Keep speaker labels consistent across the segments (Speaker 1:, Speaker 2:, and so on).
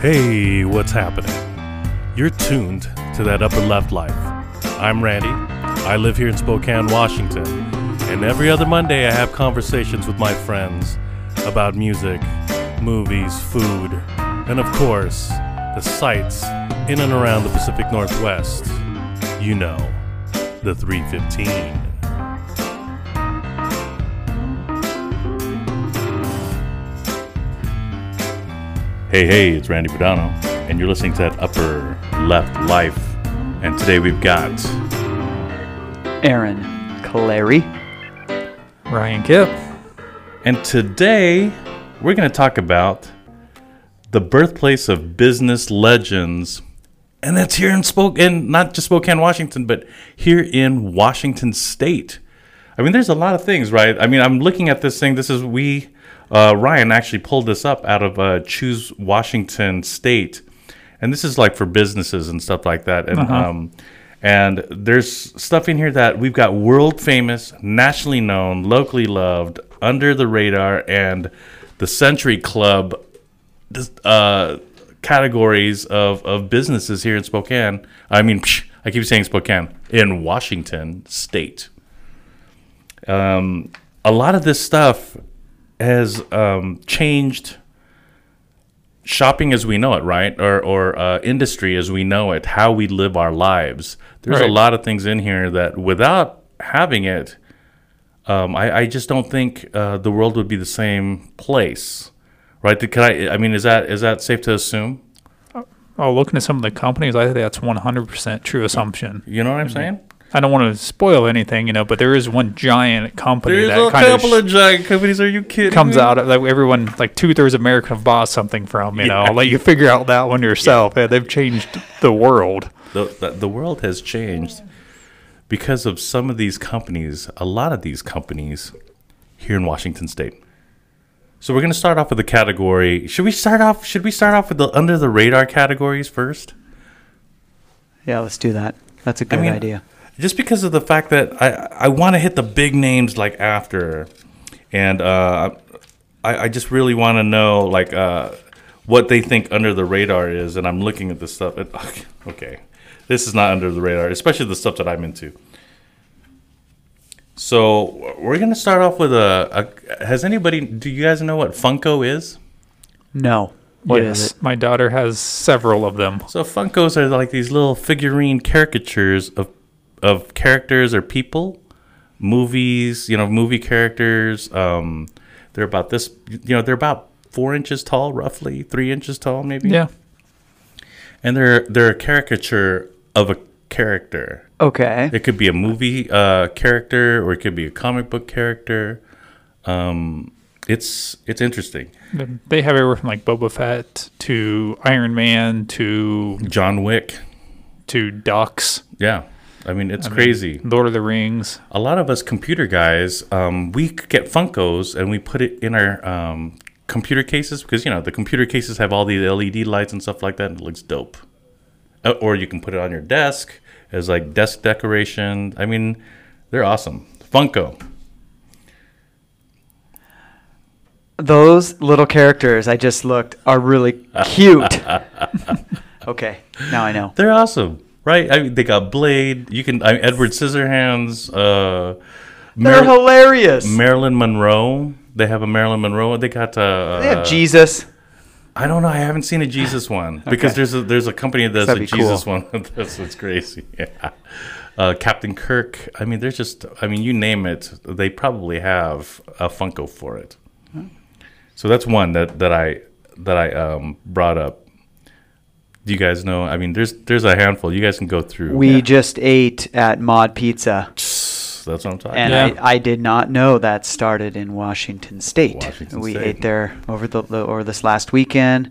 Speaker 1: Hey, what's happening? You're tuned to that upper left life. I'm Randy. I live here in Spokane, Washington. And every other Monday, I have conversations with my friends about music, movies, food, and of course, the sights in and around the Pacific Northwest. You know, the 315. Hey, hey, it's Randy Padano, and you're listening to that Upper Left Life. And today we've got
Speaker 2: Aaron Clary.
Speaker 3: Ryan Kipp.
Speaker 1: And today, we're going to talk about the birthplace of business legends. And that's here in Spokane, not just Spokane, Washington, but here in Washington State. I mean, there's a lot of things, right? I mean, I'm looking at this thing. This is we, uh, Ryan actually pulled this up out of uh, Choose Washington State, and this is like for businesses and stuff like that. And um, and there's stuff in here that we've got world famous, nationally known, locally loved, under the radar, and the Century Club this, uh, categories of, of businesses here in Spokane. I mean, I keep saying Spokane in Washington State. Um, a lot of this stuff has um, changed shopping as we know it, right? Or or uh, industry as we know it, how we live our lives. There's
Speaker 3: Right.
Speaker 1: a lot of things in here that without having it. Um, I, I just don't think uh, the world would be the same place right? Could I? I mean, is that is that safe to assume?
Speaker 3: Oh, looking at some of the companies, I think that's 100% true assumption.
Speaker 1: You know what I'm saying?
Speaker 3: I don't want to spoil anything, you know, but there is one giant company
Speaker 1: There's
Speaker 3: that
Speaker 1: a
Speaker 3: kind of,
Speaker 1: couple
Speaker 3: sh-
Speaker 1: of giant companies. Are you kidding?
Speaker 3: comes
Speaker 1: me?
Speaker 3: out of like everyone, like two thirds of America have bought something from, you know.
Speaker 1: Yeah.
Speaker 3: I'll let you figure out that one yourself. Yeah, they've changed the world.
Speaker 1: The, the the world has changed because of some of these companies. A lot of these companies here in Washington State. So we're gonna start off with the category. Should we start off? Should we start off with the under the radar categories first?
Speaker 2: Yeah, let's do that. That's a good
Speaker 1: mean-
Speaker 2: idea.
Speaker 1: just because of the fact that I I want to hit the big names like after, and uh, I I just really want to know like uh, what they think under the radar is, and I'm looking at this stuff. And, okay, this is not under the radar, especially the stuff that I'm into. So we're gonna start off with a, a. Has anybody? Do you guys know what Funko is?
Speaker 2: No. What is it?
Speaker 3: My daughter has several of them.
Speaker 1: So Funkos are like these little figurine caricatures of of characters or people, movies, you know, movie characters. Um, they're about this, you know, they're about four inches tall, roughly three inches tall, maybe.
Speaker 3: Yeah.
Speaker 1: And they're they're a caricature of a character.
Speaker 2: Okay.
Speaker 1: It could be a movie uh, character, or it could be a comic book character. Um, it's it's interesting.
Speaker 3: They have everywhere from like Boba Fett to Iron Man to
Speaker 1: John Wick.
Speaker 3: to ducks,
Speaker 1: Yeah, I mean it's crazy.
Speaker 3: Lord of the Rings.
Speaker 1: a lot of us computer guys, um, we c- get Funkos and we put it in our um, computer cases because you know the computer cases have all these LED lights and stuff like that, and it looks dope. Uh, or you can put it on your desk as like desk decoration. I mean, they're awesome. Funko.
Speaker 2: Those little characters I just looked are really cute. okay. Now I know.
Speaker 1: They're awesome, right? I mean, they got Blade. You can I Edward Scissorhands. Uh, Mar-
Speaker 2: They're hilarious.
Speaker 1: Marilyn Monroe. They have a Marilyn Monroe. They got uh,
Speaker 2: they have Jesus.
Speaker 1: I don't know. I haven't seen a Jesus one because there's a there's a company that does a
Speaker 2: That'd be
Speaker 1: Jesus one. That's what's crazy. Yeah. Uh, Captain Kirk. I mean, there's just. I mean, you name it, they probably have a Funko for it. So that's one that that I that I um, brought up. Do you guys know? I mean, there's there's a handful. You guys can go through.
Speaker 2: We just ate at Mod Pizza,
Speaker 1: that's what I'm talking.
Speaker 2: and
Speaker 1: about.
Speaker 3: Yeah.
Speaker 2: I, I did not know that started in Washington State.
Speaker 1: Washington
Speaker 2: we
Speaker 1: State.
Speaker 2: ate there over the, the over this last weekend.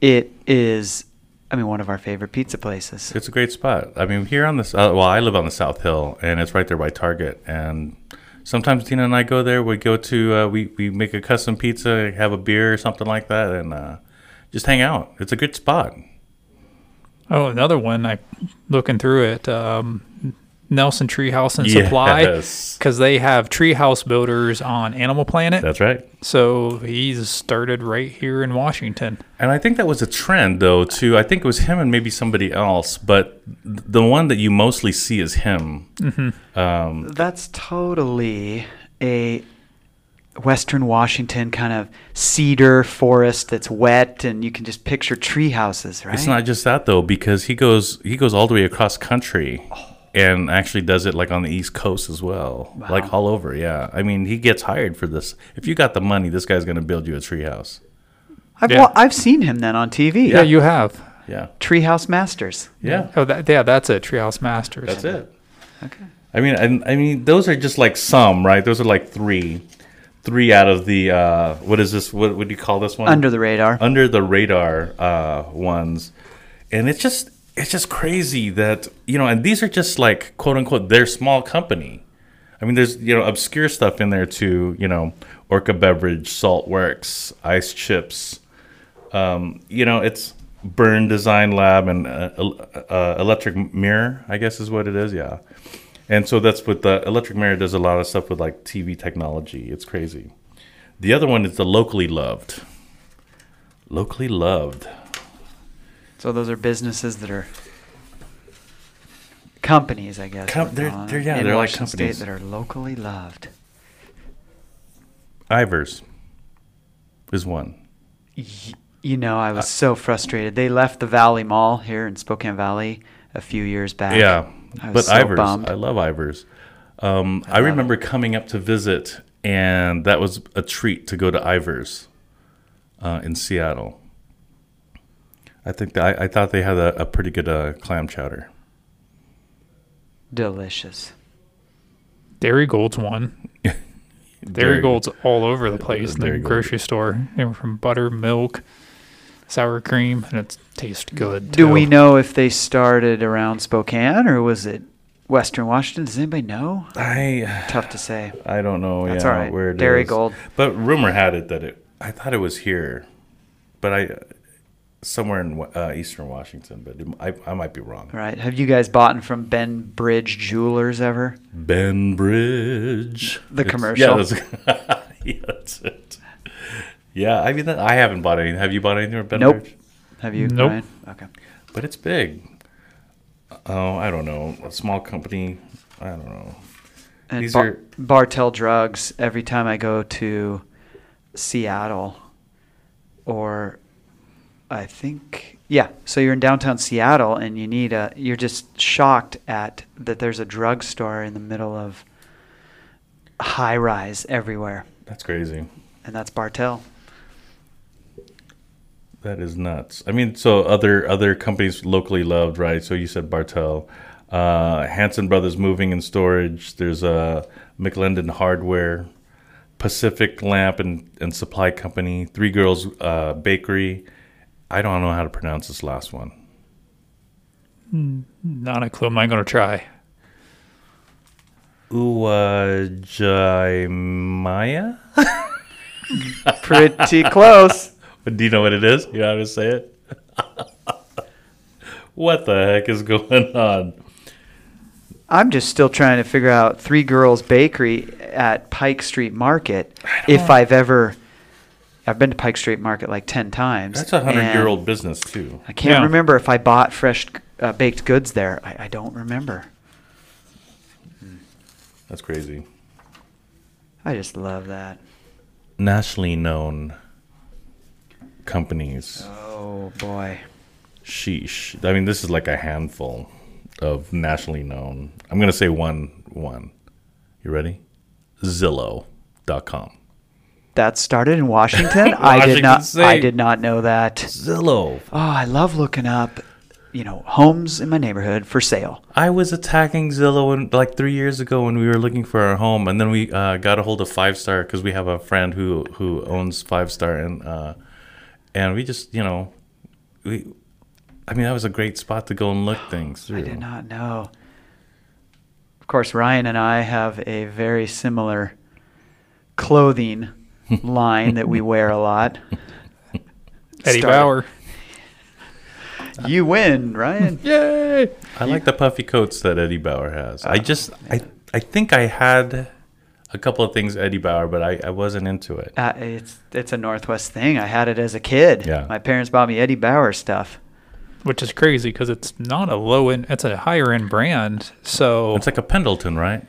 Speaker 2: It is, I mean, one of our favorite pizza places.
Speaker 1: It's a great spot. I mean, here on this, uh, well, I live on the South Hill, and it's right there by Target. And sometimes Tina and I go there. We go to, uh, we we make a custom pizza, have a beer or something like that, and uh, just hang out. It's a good spot.
Speaker 3: Oh, another one. I looking through it. Um, Nelson Treehouse and
Speaker 1: Yes.
Speaker 3: Supply because they have treehouse builders on Animal Planet.
Speaker 1: That's right.
Speaker 3: so he's started right here in Washington.
Speaker 1: And I think that was a trend, though, too. I think it was him and maybe somebody else, but th- the one that you mostly see is him.
Speaker 2: That's totally a Western Washington kind of cedar forest that's wet, and you can just picture tree houses, right?
Speaker 1: It's not just that though, because he goes he goes all the way across country, and actually does it like on the East Coast as well, like all over. Yeah, I mean he gets hired for this. If you got the money, this guy's gonna build you a treehouse.
Speaker 2: I've,
Speaker 3: Yeah.
Speaker 2: wa- I've seen him then on TV.
Speaker 3: Yeah, you have.
Speaker 1: Yeah,
Speaker 2: Treehouse Masters.
Speaker 1: yeah,
Speaker 3: Oh, that, yeah, that's it. Treehouse Masters.
Speaker 1: that's it.
Speaker 2: Okay.
Speaker 1: I mean, I, I mean those are just like some, right? Those are like three, three out of the uh, what is this? What would you call this one?
Speaker 2: Under the radar.
Speaker 1: under the radar uh, ones, and it's just it's just crazy that you know, and these are just like quote unquote their small company. I mean, there's you know obscure stuff in there too. You know, Orca Beverage, Salt Works, Ice Chips. Um, you know, it's Burn Design Lab and uh, el- uh, Electric Mirror, I guess is what it is. Yeah, and so that's what the Electric Mirror does a lot of stuff with like TV technology. It's crazy. The other one is the locally loved. Locally loved.
Speaker 2: so those are businesses that are companies, I guess.
Speaker 1: Com-
Speaker 2: we're
Speaker 1: they're-
Speaker 2: calling
Speaker 1: they're-
Speaker 2: them,
Speaker 1: yeah,
Speaker 2: in
Speaker 1: they're like
Speaker 2: Washington
Speaker 1: companies.
Speaker 2: State that are locally loved.
Speaker 1: Ivers is one.
Speaker 2: You know, I
Speaker 1: Uh,
Speaker 2: was so frustrated. They left the Valley Mall here in Spokane Valley a few years back.
Speaker 1: Yeah,
Speaker 2: I was
Speaker 1: but
Speaker 2: so
Speaker 1: Ivers,
Speaker 2: bummed.
Speaker 1: I love Ivers. Um, I, remember coming up to visit, and that was a treat to go to Ivers uh, in Seattle. I think that I, I thought they had a, a pretty good uh, clam chowder.
Speaker 2: Delicious.
Speaker 3: Dairy Gold's one. Dairy Gold's all over the place in
Speaker 1: Dairy
Speaker 3: the
Speaker 1: Gold.
Speaker 3: grocery store. They were from buttermilk, sour cream, and it tastes good.
Speaker 2: Do we
Speaker 3: too.
Speaker 2: know if they started around Spokane or was it Western Washington? Does anybody know?
Speaker 1: I
Speaker 2: Tough to say.
Speaker 1: I don't know.
Speaker 2: That's
Speaker 1: yeah,
Speaker 2: all right.
Speaker 1: Where it
Speaker 2: Dairy
Speaker 1: is.
Speaker 2: Gold.
Speaker 1: But rumor had it that it. I thought it was here, but I somewhere in uh, eastern Washington. But it, I, I might be wrong.
Speaker 2: All Right. Have you guys bought from Ben Bridge Jewelers ever?
Speaker 1: Ben Bridge.
Speaker 2: The
Speaker 1: It's-
Speaker 2: commercial.
Speaker 1: Yeah, that's, yeah, that's it. Yeah, I mean, that, I haven't bought anything. Have you bought anything with Ben
Speaker 2: Nope.
Speaker 1: Bridge?
Speaker 2: Have you?
Speaker 3: Nope.
Speaker 2: Ryan? Okay.
Speaker 1: But it's big. Oh, I don't know. A small company. I don't know.
Speaker 2: And
Speaker 1: These
Speaker 2: Bar-
Speaker 1: are-
Speaker 2: Bartell Drugs. Every time I go to Seattle, or I think yeah, so you're in downtown Seattle and you need a. You're just shocked at that. There's a drugstore in the middle of high rise everywhere,
Speaker 1: That's crazy.
Speaker 2: and that's Bartell.
Speaker 1: That is nuts. I mean, so other other companies locally loved, right? So you said Bartell, uh, Hanson Brothers Moving and Storage. There's uh, McLendon Hardware, Pacific Lamp and, and Supply Company, Three Girls uh, Bakery. I don't know how to pronounce this last one.
Speaker 3: Not a clue. Am I going to try?
Speaker 1: Uwajimaya.
Speaker 2: Pretty close.
Speaker 1: Do you know what it is? You know how to say it? what the heck is going on?
Speaker 2: I'm just still trying to figure out Three Girls Bakery at Pike Street Market. If I've ever, I've been to Pike Street Market like ten times.
Speaker 1: That's a hundred year
Speaker 2: and
Speaker 1: old business too.
Speaker 2: I can't
Speaker 3: Yeah.
Speaker 2: remember if I bought fresh uh, baked goods there. I, I don't remember.
Speaker 1: That's crazy.
Speaker 2: I just love that.
Speaker 1: nationally known companies.
Speaker 2: Oh boy.
Speaker 1: Sheesh. I mean, this is like a handful of nationally known. I'm going to say one one. You ready? Zillow.com.
Speaker 2: That started in Washington. I did not.
Speaker 1: Washington
Speaker 2: I
Speaker 1: State.
Speaker 2: did not know that.
Speaker 1: Zillow.
Speaker 2: Oh, I love looking up, you know, homes in my neighborhood for sale.
Speaker 1: I was attacking Zillow in, like three years ago when we were looking for our home, and then we uh, got a hold of Five Star because we have a friend who who owns Five Star, and uh, and we just you know we. I mean, that was a great spot to go and look things through.
Speaker 2: I did not know. Of course, Ryan and I have a very similar clothing line that we wear a lot.
Speaker 3: Eddie
Speaker 2: Started.
Speaker 3: Bauer.
Speaker 2: you win, Ryan.
Speaker 3: Yay!
Speaker 1: I like the puffy coats that Eddie Bauer has. I just, I, I think I had a couple of things Eddie Bauer, but I, I wasn't into it.
Speaker 2: Uh, it's it's a Northwest thing. I had it as a kid.
Speaker 1: Yeah.
Speaker 2: My parents bought me Eddie Bauer stuff.
Speaker 3: Which is crazy because it's not a low end; it's a higher end brand. So
Speaker 1: It's like a Pendleton, right?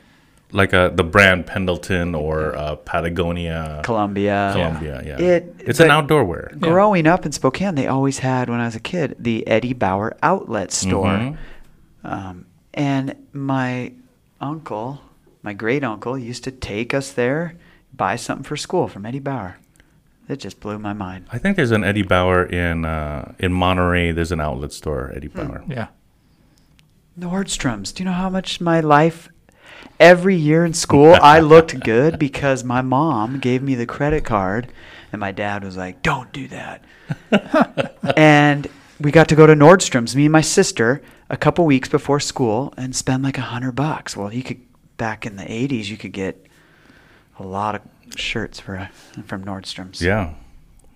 Speaker 1: Like a the brand Pendleton or uh, Patagonia,
Speaker 2: Columbia.
Speaker 1: Columbia. Yeah,
Speaker 2: It-
Speaker 1: it's an
Speaker 2: but-
Speaker 1: outdoor wear.
Speaker 3: Yeah.
Speaker 2: Growing up in Spokane, they always had when I was a kid the Eddie Bauer outlet store,
Speaker 1: Mhm.
Speaker 2: um, and my uncle, my great uncle, used to take us there, buy something for school from Eddie Bauer. It just blew my mind.
Speaker 1: I think there's an Eddie Bauer in uh, in Monterey. There's an outlet store Eddie
Speaker 2: Hmm.
Speaker 1: Bauer.
Speaker 3: yeah,
Speaker 2: Nordstrom's. Do you know how much my life every year in school I looked good because my mom gave me the credit card and my dad was like, "Don't do that." and we got to go to Nordstrom's, me and my sister, a couple weeks before school and spend like a 100 bucks. Well, you could back in the 80s, you could get a lot of shirts for a, from Nordstrom's.
Speaker 1: Yeah,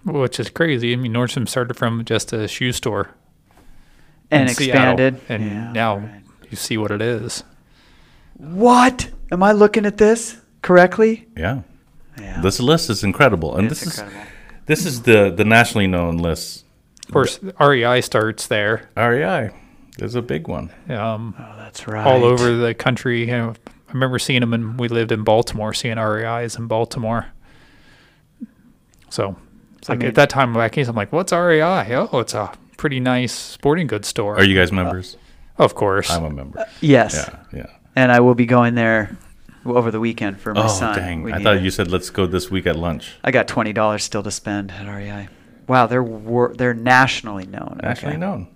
Speaker 3: which is crazy. I mean, Nordstrom started from just a shoe store in
Speaker 2: And
Speaker 3: Seattle,
Speaker 2: expanded.
Speaker 3: and
Speaker 2: Yeah,
Speaker 3: now
Speaker 2: right.
Speaker 3: you see what it is.
Speaker 2: What? Am I looking at this correctly?
Speaker 1: yeah.
Speaker 2: Yeah.
Speaker 1: This list is incredible, and
Speaker 2: It's
Speaker 1: this
Speaker 2: incredible.
Speaker 1: is this is the the nationally known list.
Speaker 3: Of course, REI starts there,
Speaker 1: REI, there's a big one.
Speaker 3: um,
Speaker 2: Oh, that's right.
Speaker 3: all over the country. You know, I remember seeing them, and we lived in Baltimore, seeing REIs in Baltimore. So, it's
Speaker 2: I
Speaker 3: like
Speaker 2: mean-
Speaker 3: at that time back east, I'm like, "What's REI? Oh, it's a pretty nice sporting goods store."
Speaker 1: Are you guys members?
Speaker 3: Of
Speaker 2: Uh,
Speaker 3: course.
Speaker 1: I'm a member.
Speaker 2: Yes.
Speaker 1: Yeah, yeah.
Speaker 2: and I will be going there over the weekend for my
Speaker 1: Oh
Speaker 2: son.
Speaker 1: dang!
Speaker 2: We
Speaker 1: I
Speaker 2: need
Speaker 1: thought
Speaker 2: to-
Speaker 1: you said let's go this week at lunch.
Speaker 2: I got twenty dollars still to spend at REI. Wow, they're wor- they're nationally known.
Speaker 1: Nationally
Speaker 2: okay.
Speaker 1: known.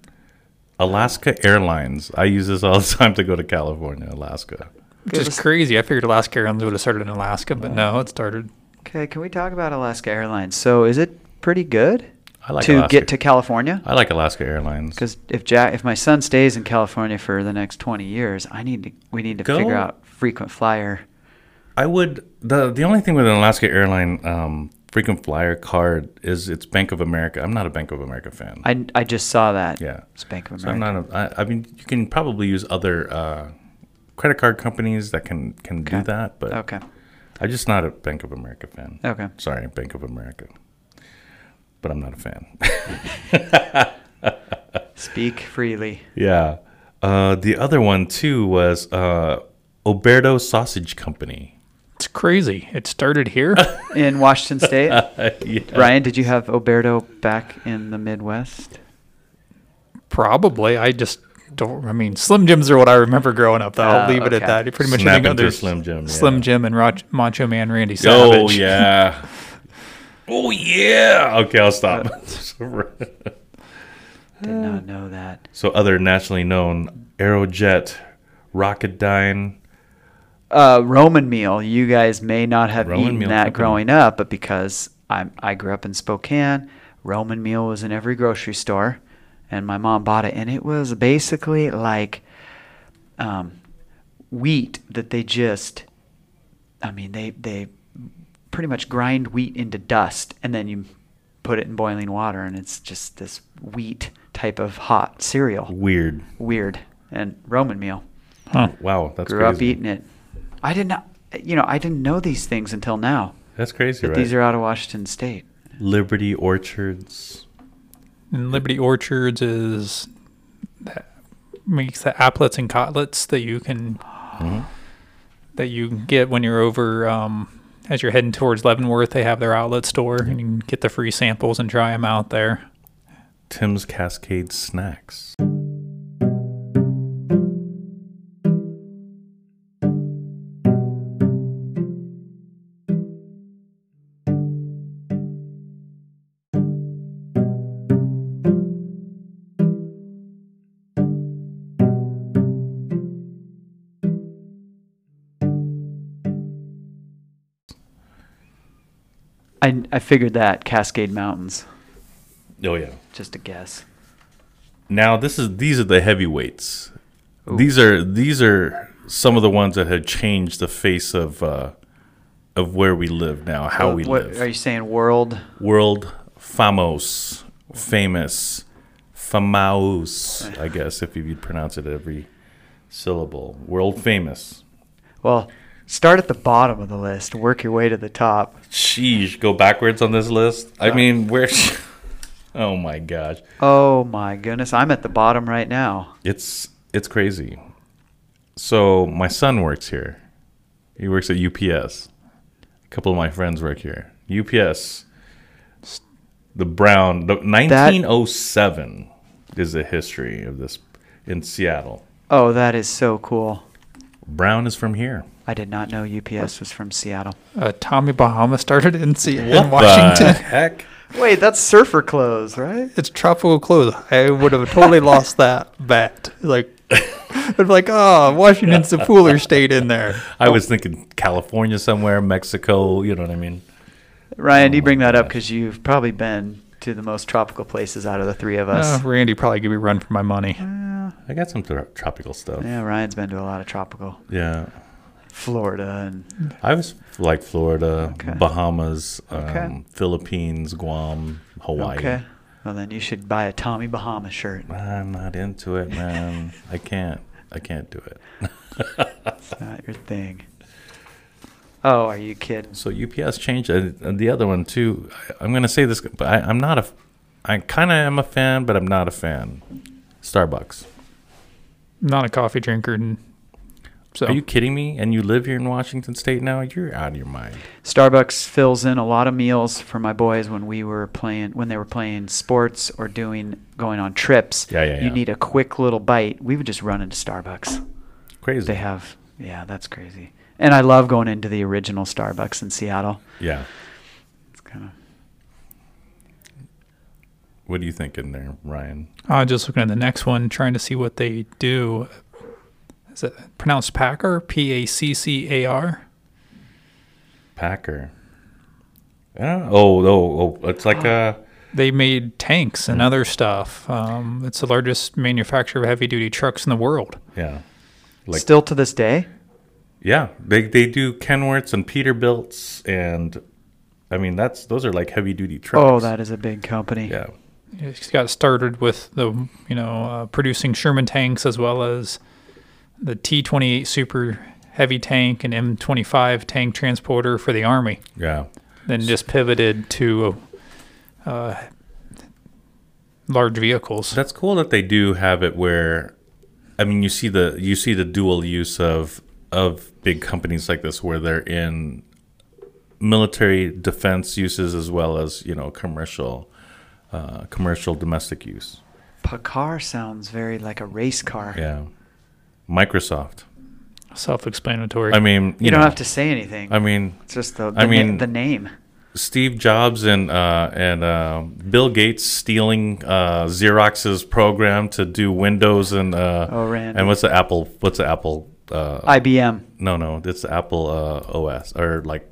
Speaker 1: Alaska Airlines. I use this all the time to go to California, Alaska.
Speaker 3: Which is
Speaker 2: Give us-
Speaker 3: crazy. I figured Alaska Airlines would have started in Alaska, but no, it started.
Speaker 2: Okay, can we talk about Alaska Airlines? So, is it pretty good
Speaker 1: I like
Speaker 2: to
Speaker 1: Alaska.
Speaker 2: get to California?
Speaker 1: I like Alaska Airlines.
Speaker 2: Because if Jack, if my son stays in California for the next twenty years, I need to we need to
Speaker 1: Go.
Speaker 2: figure out frequent flyer.
Speaker 1: I would the the only thing with an Alaska airline um, frequent flyer card is it's Bank of America. I'm not a Bank of America fan.
Speaker 2: I, I just saw that.
Speaker 1: yeah,
Speaker 2: it's Bank of
Speaker 1: so I'm
Speaker 2: America.
Speaker 1: not. A, I, I mean, you can probably use other uh, credit card companies that can can do
Speaker 2: Okay. Oh.
Speaker 1: that, but
Speaker 2: okay,
Speaker 1: I'm just not a Bank of America fan.
Speaker 2: okay.
Speaker 1: Sorry, Bank of America, but I'm not a fan.
Speaker 2: Speak freely.
Speaker 1: Yeah. Uh, the other one too was uh, Oberto Sausage Company.
Speaker 3: It's crazy. It started here.
Speaker 2: In Washington State.
Speaker 1: yeah.
Speaker 2: Ryan, did you have Oberto back in the Midwest?
Speaker 3: Probably. I just don't. I mean, Slim Jims are what I remember growing up. Though. I'll
Speaker 2: Oh,
Speaker 3: leave it
Speaker 2: okay.
Speaker 3: at that. Pretty much
Speaker 1: Snap
Speaker 3: anything
Speaker 1: into
Speaker 3: other
Speaker 1: Slim Jim, yeah.
Speaker 3: Slim Jim, and Roch- Macho Man Randy Savage.
Speaker 1: Oh yeah. oh yeah. Okay, I'll stop.
Speaker 2: Did not know that.
Speaker 1: so other nationally known Aerojet, Rocketdyne.
Speaker 2: Uh, Roman meal. You guys may not have
Speaker 1: Roman
Speaker 2: eaten
Speaker 1: meal
Speaker 2: that
Speaker 1: company.
Speaker 2: growing up, but because I'm, I grew up in Spokane, Roman meal was in every grocery store, and my mom bought it, and it was basically like um, wheat that they just, I mean, they they pretty much grind wheat into dust, and then you put it in boiling water, and it's just this wheat type of hot cereal.
Speaker 1: Weird.
Speaker 2: Weird and Roman meal.
Speaker 3: Huh.
Speaker 1: Wow, that's
Speaker 2: grew
Speaker 1: crazy.
Speaker 2: up eating it. I did not, you know, I didn't know these things until now.
Speaker 1: That's crazy,
Speaker 2: That
Speaker 1: right?
Speaker 2: these are out of Washington State.
Speaker 1: Liberty Orchards.
Speaker 3: And Liberty Orchards is that makes the applets and cotlets that you can
Speaker 1: Mm-hmm.
Speaker 3: that you can get when you're over. Um, as you're heading towards Leavenworth, they have their outlet store, and you can get the free samples and try them out there.
Speaker 1: Tim's Cascade Snacks.
Speaker 2: I, I figured that Cascade Mountains,
Speaker 1: Oh yeah.
Speaker 2: just a guess.
Speaker 1: Now this is these are the heavyweights. These are these are some of the ones that have changed the face of uh, of where we live now, how
Speaker 2: What-
Speaker 1: we
Speaker 2: what,
Speaker 1: live.
Speaker 2: Are you saying world?
Speaker 1: World famos, famous, Famous, I guess, if you pronounce it every syllable. World famous.
Speaker 2: Well, start at the bottom of the list, work your way to the top.
Speaker 1: Sheesh, go backwards on this list. I
Speaker 2: Yeah.
Speaker 1: mean, where? oh my gosh,
Speaker 2: Oh my goodness, I'm at the bottom right now.
Speaker 1: it's it's crazy. So my son works here. He works at UPS. A couple of my friends work here. UPS. The Brown, the 1907 is the history of this in Seattle.
Speaker 2: Oh, that is so cool.
Speaker 1: Brown is from here.
Speaker 2: I did not know UPS was from Seattle.
Speaker 3: Uh, Tommy Bahama started in, Se- in
Speaker 1: The
Speaker 3: Washington.
Speaker 1: heck?
Speaker 2: Wait, that's surfer clothes, right?
Speaker 3: It's tropical clothes. I would have totally lost that bet. Like, I'm like, oh, Washington's the cooler state in there.
Speaker 1: I was thinking California somewhere, Mexico, you know what I mean?
Speaker 2: Ryan, do you
Speaker 1: Oh my
Speaker 2: bring that up
Speaker 1: gosh.
Speaker 2: because you've probably been to the most tropical places out of the three of
Speaker 3: Uh,
Speaker 2: us.
Speaker 3: Randy probably gave me a run for my money.
Speaker 1: I got some tro- tropical stuff.
Speaker 2: yeah, Ryan's been to a lot of tropical
Speaker 1: Yeah.
Speaker 2: Florida and
Speaker 1: I was like Florida,
Speaker 2: Okay.
Speaker 1: Bahamas, um,
Speaker 2: Okay.
Speaker 1: Philippines, Guam, Hawaii.
Speaker 2: okay. Well, then you should buy a Tommy Bahama shirt.
Speaker 1: I'm not into it, man. I can't. I can't do it.
Speaker 2: It's not your thing. Oh, are you kidding?
Speaker 1: So UPS changed uh, and the other one too. I, I'm gonna say this, but I, I'm not a. f- I kind of am a fan, but I'm not a fan. Starbucks.
Speaker 3: Not a coffee drinker. And so
Speaker 1: Are you kidding me? And you live here in Washington State now? You're out of your mind.
Speaker 2: Starbucks fills in a lot of meals for my boys when we were playing when they were playing sports or doing going on trips.
Speaker 1: Yeah, yeah,
Speaker 2: You
Speaker 1: yeah.
Speaker 2: need a quick little bite. We would just run into Starbucks.
Speaker 1: Crazy.
Speaker 2: They have yeah, that's crazy. And I love going into the original Starbucks in Seattle.
Speaker 1: Yeah.
Speaker 2: It's kind of
Speaker 1: What do you think in there, Ryan?
Speaker 3: I'm just looking at the next one, trying to see what they do. Is it pronounced Packer? P A C C A R?
Speaker 1: Packer. I don't know. Oh, oh, oh, it's like a.
Speaker 3: They made tanks
Speaker 1: Hmm.
Speaker 3: and other stuff. Um, it's the largest manufacturer of heavy duty trucks in the world.
Speaker 1: Yeah. Like-
Speaker 2: still to this day.
Speaker 1: Yeah. They, they do Kenworths and Peterbilts. And I mean, that's those are like heavy duty trucks.
Speaker 2: Oh, that is a big company.
Speaker 1: Yeah.
Speaker 3: It got started with the, you know, uh, producing Sherman tanks as well as the T 28 super heavy tank and M 25 tank transporter for the Army.
Speaker 1: Yeah.
Speaker 3: Then just pivoted to uh, large vehicles.
Speaker 1: That's cool that they do have it where, I mean, you see the you see the dual use of of big companies like this where they're in military defense uses as well as you know commercial uh, commercial domestic use.
Speaker 2: Pacar sounds very like a race car.
Speaker 1: Yeah. Microsoft.
Speaker 3: Self-explanatory.
Speaker 1: I mean,
Speaker 2: You, don't have to say anything.
Speaker 1: I mean,
Speaker 2: it's just the, the,
Speaker 1: I
Speaker 2: na-
Speaker 1: mean-
Speaker 2: the name.
Speaker 1: Steve Jobs and uh, and uh, Bill Gates stealing uh, Xerox's program to do Windows and uh,
Speaker 2: Oh, Randy.
Speaker 1: and what's the Apple? What's the Apple? Uh,
Speaker 2: IBM.
Speaker 1: no, no, it's the Apple uh, OS or like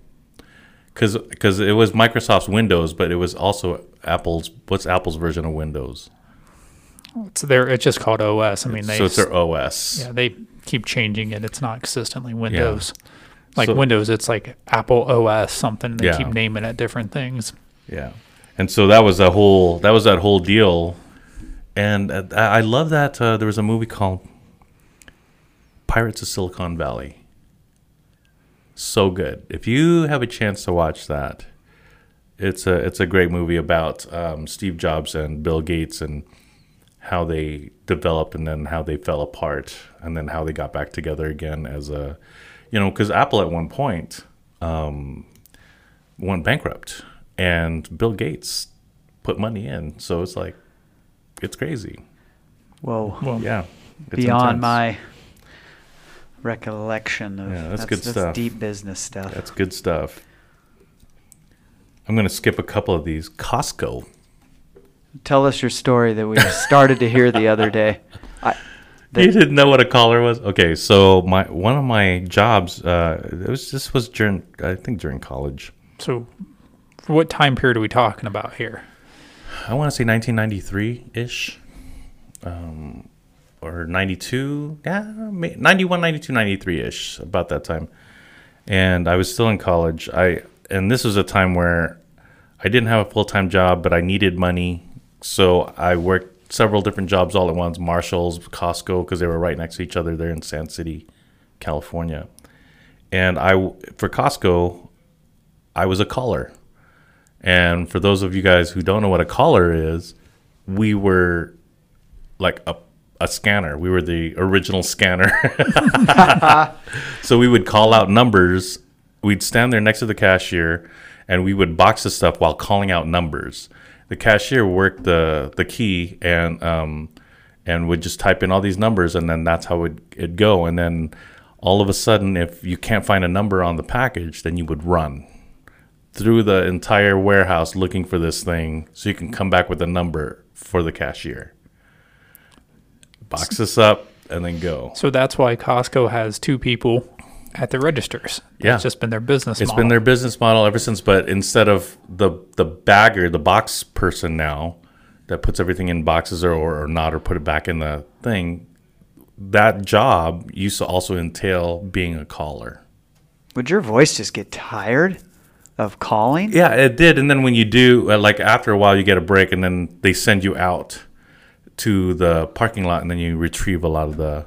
Speaker 1: because because it was Microsoft's Windows, but it was also Apple's. What's Apple's version of Windows?
Speaker 3: it's there. It's just called OS. I mean, they
Speaker 1: so it's
Speaker 3: s-
Speaker 1: their OS.
Speaker 3: yeah they keep changing it. It's not consistently Windows. Like
Speaker 1: So-
Speaker 3: Windows, it's like Apple OS something. They
Speaker 1: Yeah.
Speaker 3: keep naming it different things.
Speaker 1: Yeah, and so that was that whole that was that whole deal, and uh, I I love that uh, there was a movie called Pirates of Silicon Valley. So good. If you have a chance to watch that, it's a it's a great movie about um, Steve Jobs and Bill Gates and how they developed and then how they fell apart and then how they got back together again as a you know because Apple at one point um, went bankrupt and Bill Gates put money in. So it's like, it's crazy.
Speaker 2: Whoa.
Speaker 3: Well,
Speaker 1: Yeah. It's
Speaker 2: Beyond
Speaker 1: intense.
Speaker 2: my recollection of
Speaker 1: Yeah, that's good stuff.
Speaker 2: deep business stuff.
Speaker 1: That's good stuff. I'm going to skip a couple of these. Costco.
Speaker 2: Tell us your story that we started to hear the other day. I, They-
Speaker 1: you didn't know what a collar was? Okay, so my one of my jobs, uh, it was this was during I think during college.
Speaker 3: So, what time period are we talking about here?
Speaker 1: I want to say 1993 ish, um, or 92, yeah, may- 91, 92, 93 ish, about that time. And I was still in college. I and this was a time where I didn't have a full time job, but I needed money, so I worked several different jobs all at once Marshalls, Costco, because they were right next to each other there in San City, California. And I, w- for Costco, I was a caller. And for those of you guys who don't know what a caller is, we were like a, a scanner. We were the original scanner. so we would call out numbers. We'd stand there next to the cashier and we would box the stuff while calling out numbers. The cashier worked the, the key and um, and would just type in all these numbers and then that's how it, it'd go. And then all of a sudden, if you can't find a number on the package, then you would run through the entire warehouse looking for this thing so you can come back with a number for the cashier. Box this up and then go.
Speaker 3: So that's why Costco has two people at the registers.
Speaker 1: Yeah.
Speaker 3: It's just been their business
Speaker 1: It's
Speaker 3: model.
Speaker 1: been their business model ever since, but instead of the the bagger, the box person now that puts everything in boxes or, or not or put it back in the thing, that job used to also entail being a caller.
Speaker 2: Would your voice just get tired of calling?
Speaker 1: Yeah, it did. And then when you do, uh, like after a while, you get a break, and then they send you out to the parking lot, and then you retrieve a lot of the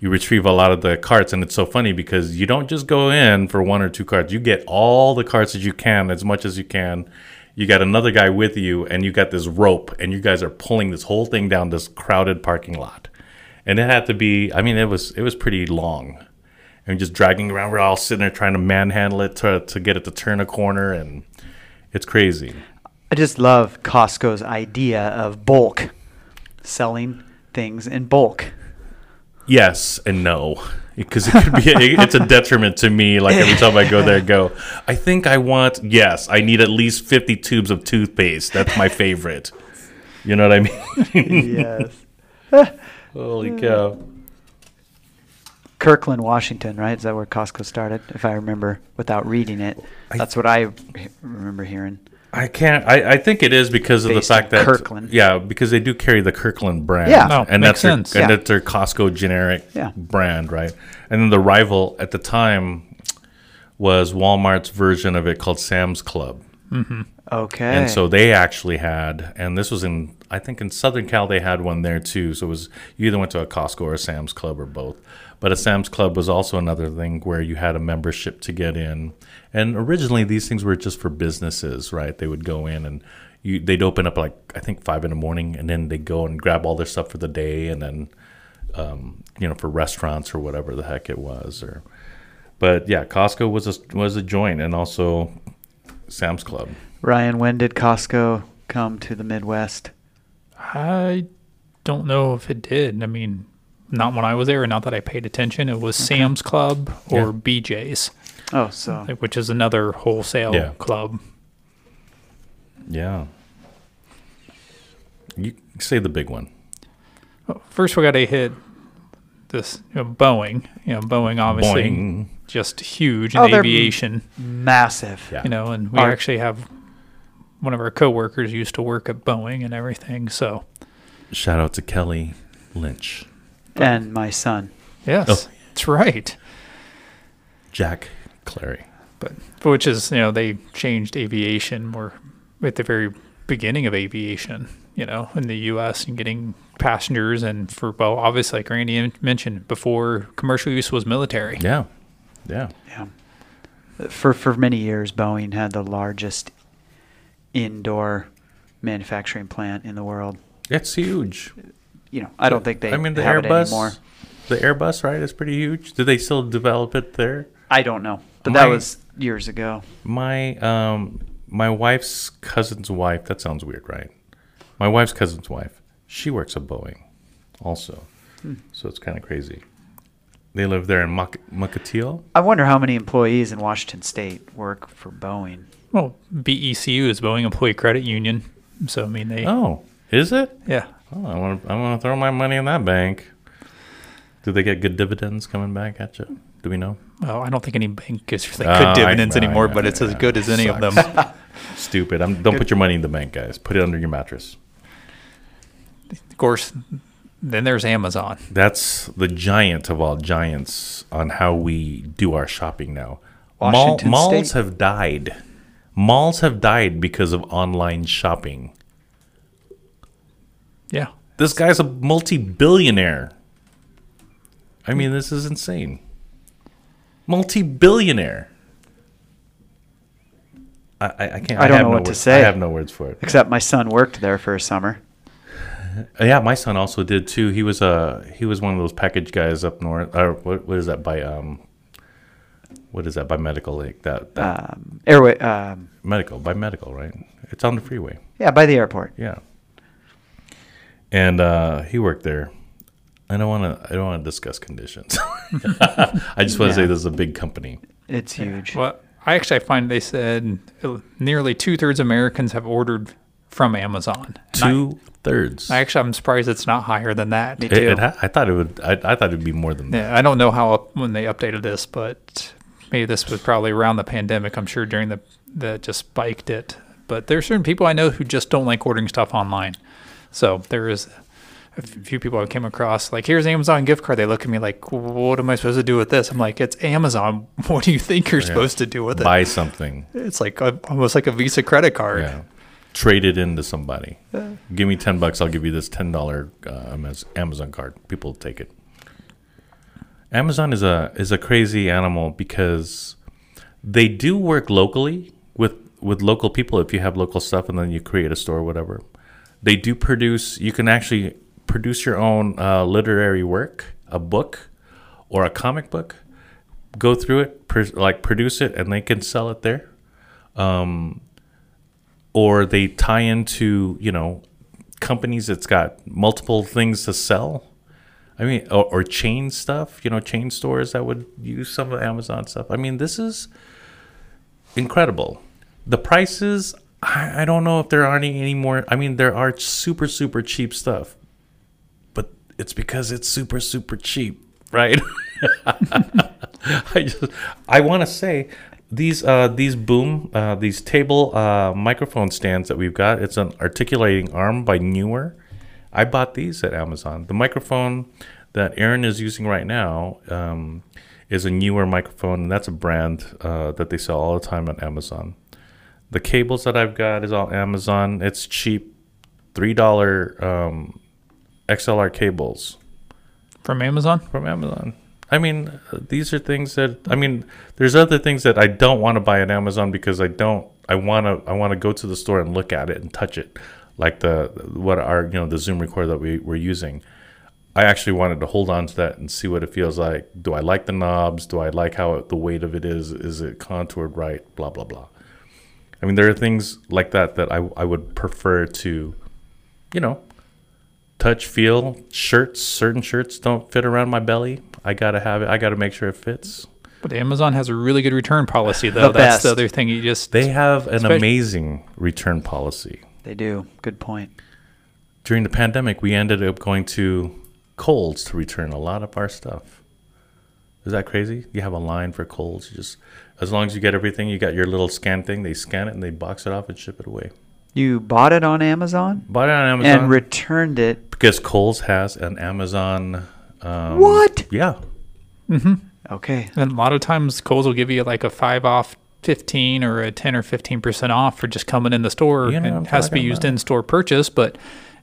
Speaker 1: you retrieve a lot of the carts. And it's so funny because you don't just go in for one or two carts; you get all the carts that you can, as much as you can. You got another guy with you, and you got this rope, and you guys are pulling this whole thing down this crowded parking lot. And it had to be, I mean, it was it was pretty long. And just dragging around, we're all sitting there trying to manhandle it to, to get it to turn a corner, and it's crazy.
Speaker 2: I just love Costco's idea of bulk selling things in bulk.
Speaker 1: Yes and no, because it could be it's a detriment to me. Like every time I go there, I go. I think I want yes. I need at least fifty tubes of toothpaste. That's my favorite. You know what I mean?
Speaker 2: yes.
Speaker 1: Holy cow!
Speaker 2: Kirkland, Washington, right? Is that where Costco started? If I remember without reading it, that's what I he- remember hearing.
Speaker 1: I can't. I, I think it is because of
Speaker 2: Based
Speaker 1: the fact
Speaker 2: in
Speaker 1: that
Speaker 2: Kirkland.
Speaker 1: Yeah, because they do carry the Kirkland brand.
Speaker 2: Yeah.
Speaker 3: No,
Speaker 1: and that's
Speaker 3: makes
Speaker 1: their,
Speaker 3: sense.
Speaker 1: and
Speaker 2: Yeah.
Speaker 1: that's their Costco generic
Speaker 2: Yeah.
Speaker 1: brand, right? And then the rival at the time was Walmart's version of it called Sam's Club.
Speaker 2: Okay.
Speaker 1: And so they actually had, and this was in, I think in Southern Cal, they had one there too. So it was, you either went to a Costco or a Sam's Club or both. But a Sam's Club was also another thing where you had a membership to get in. And originally these things were just for businesses, right? They would go in and you, they'd open up like, I think five in the morning and then they'd go and grab all their stuff for the day and then, um, you know, for restaurants or whatever the heck it was. Or, but yeah, Costco was a, was a joint and also Sam's Club.
Speaker 2: Ryan, when did Costco come to the Midwest?
Speaker 3: I don't know if it did. I mean, not when I was there, and not that I paid attention. It was Sam's Club or
Speaker 1: Yeah.
Speaker 3: BJ's,
Speaker 2: Oh, so
Speaker 3: like, which is another wholesale
Speaker 1: Yeah.
Speaker 3: club.
Speaker 1: Yeah. You say the big one.
Speaker 3: First, we got to hit this you know, Boeing. You know, Boeing obviously
Speaker 1: Boing.
Speaker 3: just huge in
Speaker 2: Oh, they're-
Speaker 3: aviation.
Speaker 2: massive.
Speaker 1: Yeah.
Speaker 3: you know, and we
Speaker 2: Our-
Speaker 3: actually have one of our coworkers used to work at Boeing and everything. So
Speaker 1: Shout out to Kelly Lynch,
Speaker 2: And my son.
Speaker 3: yes,
Speaker 1: Oh.
Speaker 3: that's right.
Speaker 1: Jack Clary.
Speaker 3: But which is you know they changed aviation or at the very beginning of aviation, you know, in the U.S. and getting passengers and for well, obviously like Randy m- mentioned before, commercial use was military.
Speaker 1: Yeah. Yeah.
Speaker 2: Yeah. For for many years, Boeing had the largest indoor manufacturing plant in the world.
Speaker 1: It's huge.
Speaker 2: You know, I don't think they
Speaker 1: I mean the
Speaker 2: have it anymore.
Speaker 1: Airbus the Airbus, right, is pretty huge. Do they still develop it there?
Speaker 2: I don't know, but that
Speaker 1: My-
Speaker 2: was years ago.
Speaker 1: My um my wife's cousin's wife, that sounds weird, right? My wife's cousin's wife. She works at Boeing also.
Speaker 2: Hmm.
Speaker 1: So it's kind of crazy. They live there in Mok- Mukatiel.
Speaker 2: I wonder how many employees in Washington State work for Boeing.
Speaker 3: Well, BECU is Boeing Employee Credit Union, so I mean they
Speaker 1: Oh, is it?
Speaker 3: yeah.
Speaker 1: Oh, I want to. I want to throw my money in that bank. Do they get good dividends coming back at you? Do we know?
Speaker 3: Well, I don't think any bank gives you
Speaker 1: Oh,
Speaker 3: like good
Speaker 1: I-
Speaker 3: dividends
Speaker 1: no, I
Speaker 3: anymore,
Speaker 1: know,
Speaker 3: but it's
Speaker 1: I
Speaker 3: as
Speaker 1: know.
Speaker 3: good as any of
Speaker 1: Sucks.
Speaker 3: them.
Speaker 1: Stupid. I'm, don't put your money in the bank, guys. Put it under your mattress.
Speaker 3: Of course, then there's Amazon.
Speaker 1: That's the giant of all giants on how we do our shopping now.
Speaker 2: Washington
Speaker 1: malls
Speaker 2: State.
Speaker 1: have died. Malls have died because of online shopping.
Speaker 3: Yeah.
Speaker 1: This guy's a multi-billionaire. I mean, this is insane. Multi-billionaire. I, I, I can't.
Speaker 2: I don't
Speaker 1: have
Speaker 2: know
Speaker 1: no
Speaker 2: what to
Speaker 1: words-
Speaker 2: say.
Speaker 1: I have no words for it.
Speaker 2: Except my son worked there for a summer.
Speaker 1: Uh, Yeah, my son also did too. He was uh, he was one of those package guys up north. Or what, what is that by um, what is that by Medical Lake? That, that
Speaker 2: Um, airway. Um,
Speaker 1: medical by Medical, right? It's on the freeway.
Speaker 2: yeah, by the airport.
Speaker 1: Yeah. And uh, he worked there. I don't want to. I don't want to discuss conditions. I just want to say
Speaker 2: Yeah.
Speaker 1: this is a big company.
Speaker 2: It's huge.
Speaker 3: Well, I actually find they said nearly two thirds of Americans have ordered from Amazon. And I-
Speaker 1: Two thirds.
Speaker 3: I,
Speaker 1: I,
Speaker 3: actually I'm surprised it's not higher than that.
Speaker 1: it, it ha- I thought it would. I, I thought it'd be more than that.
Speaker 3: Yeah, I don't know how up when they updated this, but maybe this was probably around the pandemic. I'm sure during the that just spiked it. But there are certain people I know who just don't like ordering stuff online. So there is a f- few people I came across like, here's an Amazon gift card. They look at me like, what am I supposed to do with this? I'm like, it's Amazon. What do you think you're supposed to do with it?
Speaker 1: Buy something.
Speaker 3: It's like a, almost like a Visa credit card.
Speaker 1: Yeah. Trade it into somebody. Give me ten bucks. I'll give you this ten dollar uh, Amaz- Amazon card. People take it. Amazon is a is a crazy animal because they do work locally with with local people. If you have local stuff and then you create a store, or whatever, they do produce. You can actually produce your own uh, literary work, a book, or a comic book. Go through it, pr- like produce it, and they can sell it there or they tie into you know companies that's got multiple things to sell i mean or, or chain stuff you know chain stores that would use some of amazon stuff i mean this is incredible the prices i, I don't know if there are any anymore i mean there are super super cheap stuff but it's because it's super super cheap right I just I want to say these uh, these boom uh, these table uh, microphone stands that we've got. It's an articulating arm by Newer. I bought these at Amazon. The microphone that Aaron is using right now um, is a Newer microphone, and that's a brand uh, that they sell all the time on Amazon. The cables that I've got is all Amazon. It's cheap, three dollar um, XLR cables
Speaker 3: From Amazon?
Speaker 1: from Amazon. I mean, uh, these are things that I mean. There's other things that I don't want to buy at Amazon because I don't. I want to. I want to go to the store and look at it and touch it, like the what our you know the Zoom recorder that we were using. I actually wanted to hold on to that and see what it feels like. Do I like the knobs? Do I like how it, the weight of it is? Is it contoured right? Blah blah blah. I mean, there are things like that that I I would prefer to, you know, touch feel shirts certain shirts don't fit around my belly i gotta have it i gotta make sure it fits
Speaker 3: But Amazon has a really good return policy, though.
Speaker 2: The
Speaker 3: That's the
Speaker 2: best.
Speaker 3: other thing you just.
Speaker 1: they have an
Speaker 3: Especially-
Speaker 1: amazing return policy
Speaker 2: They do. Good point.
Speaker 1: during the pandemic we ended up going to Kohl's to return a lot of our stuff is that crazy you have a line for Kohl's you just as long as you get everything you got your little scan thing they scan it and they box it off and ship it away
Speaker 2: You bought it on Amazon,
Speaker 1: buy it on amazon
Speaker 2: and returned it.
Speaker 1: because Kohl's has an amazon um,
Speaker 2: What?
Speaker 1: yeah
Speaker 2: Okay.
Speaker 3: And a lot of times, Kohl's will give you like a five off, fifteen or a ten or fifteen percent off for just coming in the store.
Speaker 1: You know what I'm
Speaker 3: it has to be
Speaker 1: talking
Speaker 3: used
Speaker 1: about.
Speaker 3: in store purchase, but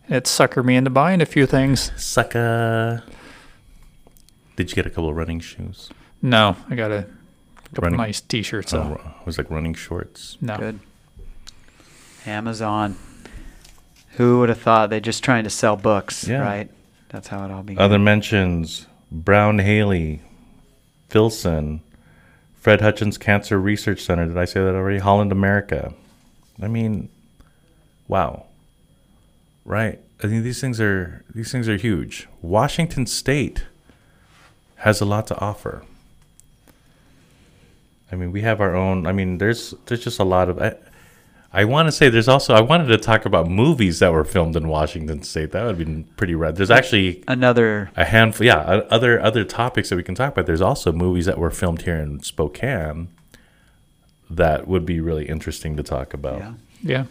Speaker 3: it suckered me into buying a few things.
Speaker 1: sucker did you get a couple of running shoes
Speaker 3: No, I got a couple
Speaker 1: Running- Oh,
Speaker 3: nice T-shirts.
Speaker 1: So
Speaker 3: So
Speaker 1: it was like running shorts.
Speaker 3: no,
Speaker 2: Good. Amazon. Who would have thought they're just trying to sell books,
Speaker 1: Yeah. Uh,
Speaker 2: right? That's how it all began.
Speaker 1: Other mentions: Brown Haley, Filson, Fred Hutchins Cancer Research Center. Did I say that already? Holland America. I mean, wow. Right. I mean, these things are these things are huge. Washington State has a lot to offer. I mean, we have our own. I mean, there's there's just a lot of. I, I want to say there's also I wanted to talk about movies that were filmed in Washington State. That would have been pretty rad. There's actually
Speaker 2: Another
Speaker 1: a handful yeah o- other other topics that we can talk about there's also movies that were filmed here in spokane that would be really interesting to talk about
Speaker 2: yeah.
Speaker 3: yeah,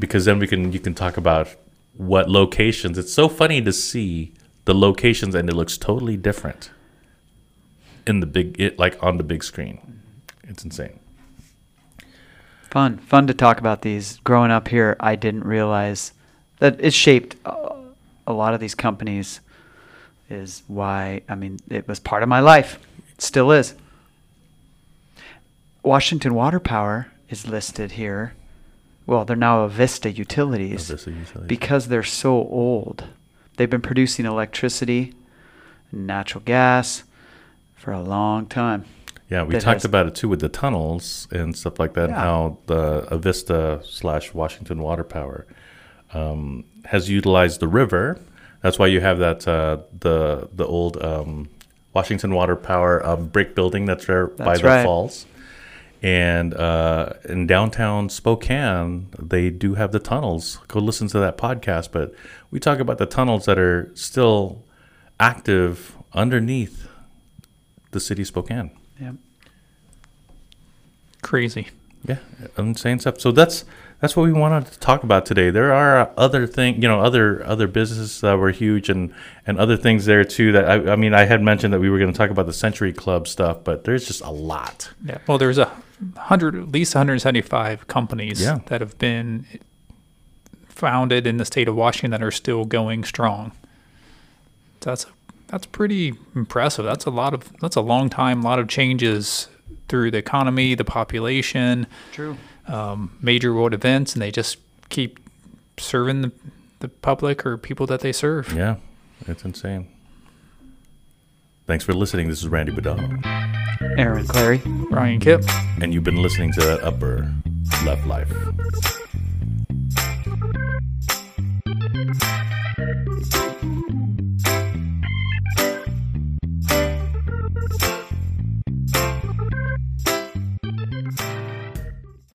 Speaker 1: because then we can you can talk about what locations it's so funny to see the locations and it looks totally different in the big it, like on the big screen it's insane
Speaker 2: Fun, fun to talk about these. Growing up here, I didn't realize that it shaped a, a lot of these companies is why I mean it was part of my life. It still is. Washington Water Power is listed here. Well, they're now Avista Utilities
Speaker 1: Avista Utilities.
Speaker 2: because they're so old. They've been producing electricity, natural gas for a long time.
Speaker 1: Yeah, we
Speaker 2: that
Speaker 1: talked
Speaker 2: has-
Speaker 1: about it too with the tunnels and stuff like that. and
Speaker 2: Yeah.
Speaker 1: How the Avista slash Washington Water Power um, has utilized the river. That's why you have that uh, the the old um, Washington Water Power um, brick building that's there by
Speaker 2: That's
Speaker 1: the
Speaker 2: right.
Speaker 1: falls. And uh, in downtown Spokane, they do have the tunnels. Go listen to that podcast. But we talk about the tunnels that are still active underneath the city of Spokane.
Speaker 2: Yep.
Speaker 3: Crazy.
Speaker 1: Yeah, insane stuff. So that's that's what we wanted to talk about today. There are other thing, you know, other other businesses that were huge and and other things there too. That I, I mean, I had mentioned that we were going to talk about the Century Club stuff, but there's just a lot.
Speaker 3: Yeah. Well, there's a hundred, at least 175 companies
Speaker 1: Yeah.
Speaker 3: that have been founded in the state of Washington that are still going strong. That's that's pretty impressive. That's a lot of that's a long time, a lot of changes through the economy, the population,
Speaker 2: True.
Speaker 3: um, major world events, and they just keep serving the, the public or people that they serve.
Speaker 1: Yeah, it's insane. Thanks for listening. This is Randy Badal,
Speaker 2: Aaron Clary.
Speaker 3: Ryan Kipp.
Speaker 1: and you've been listening to that Upper Left Life.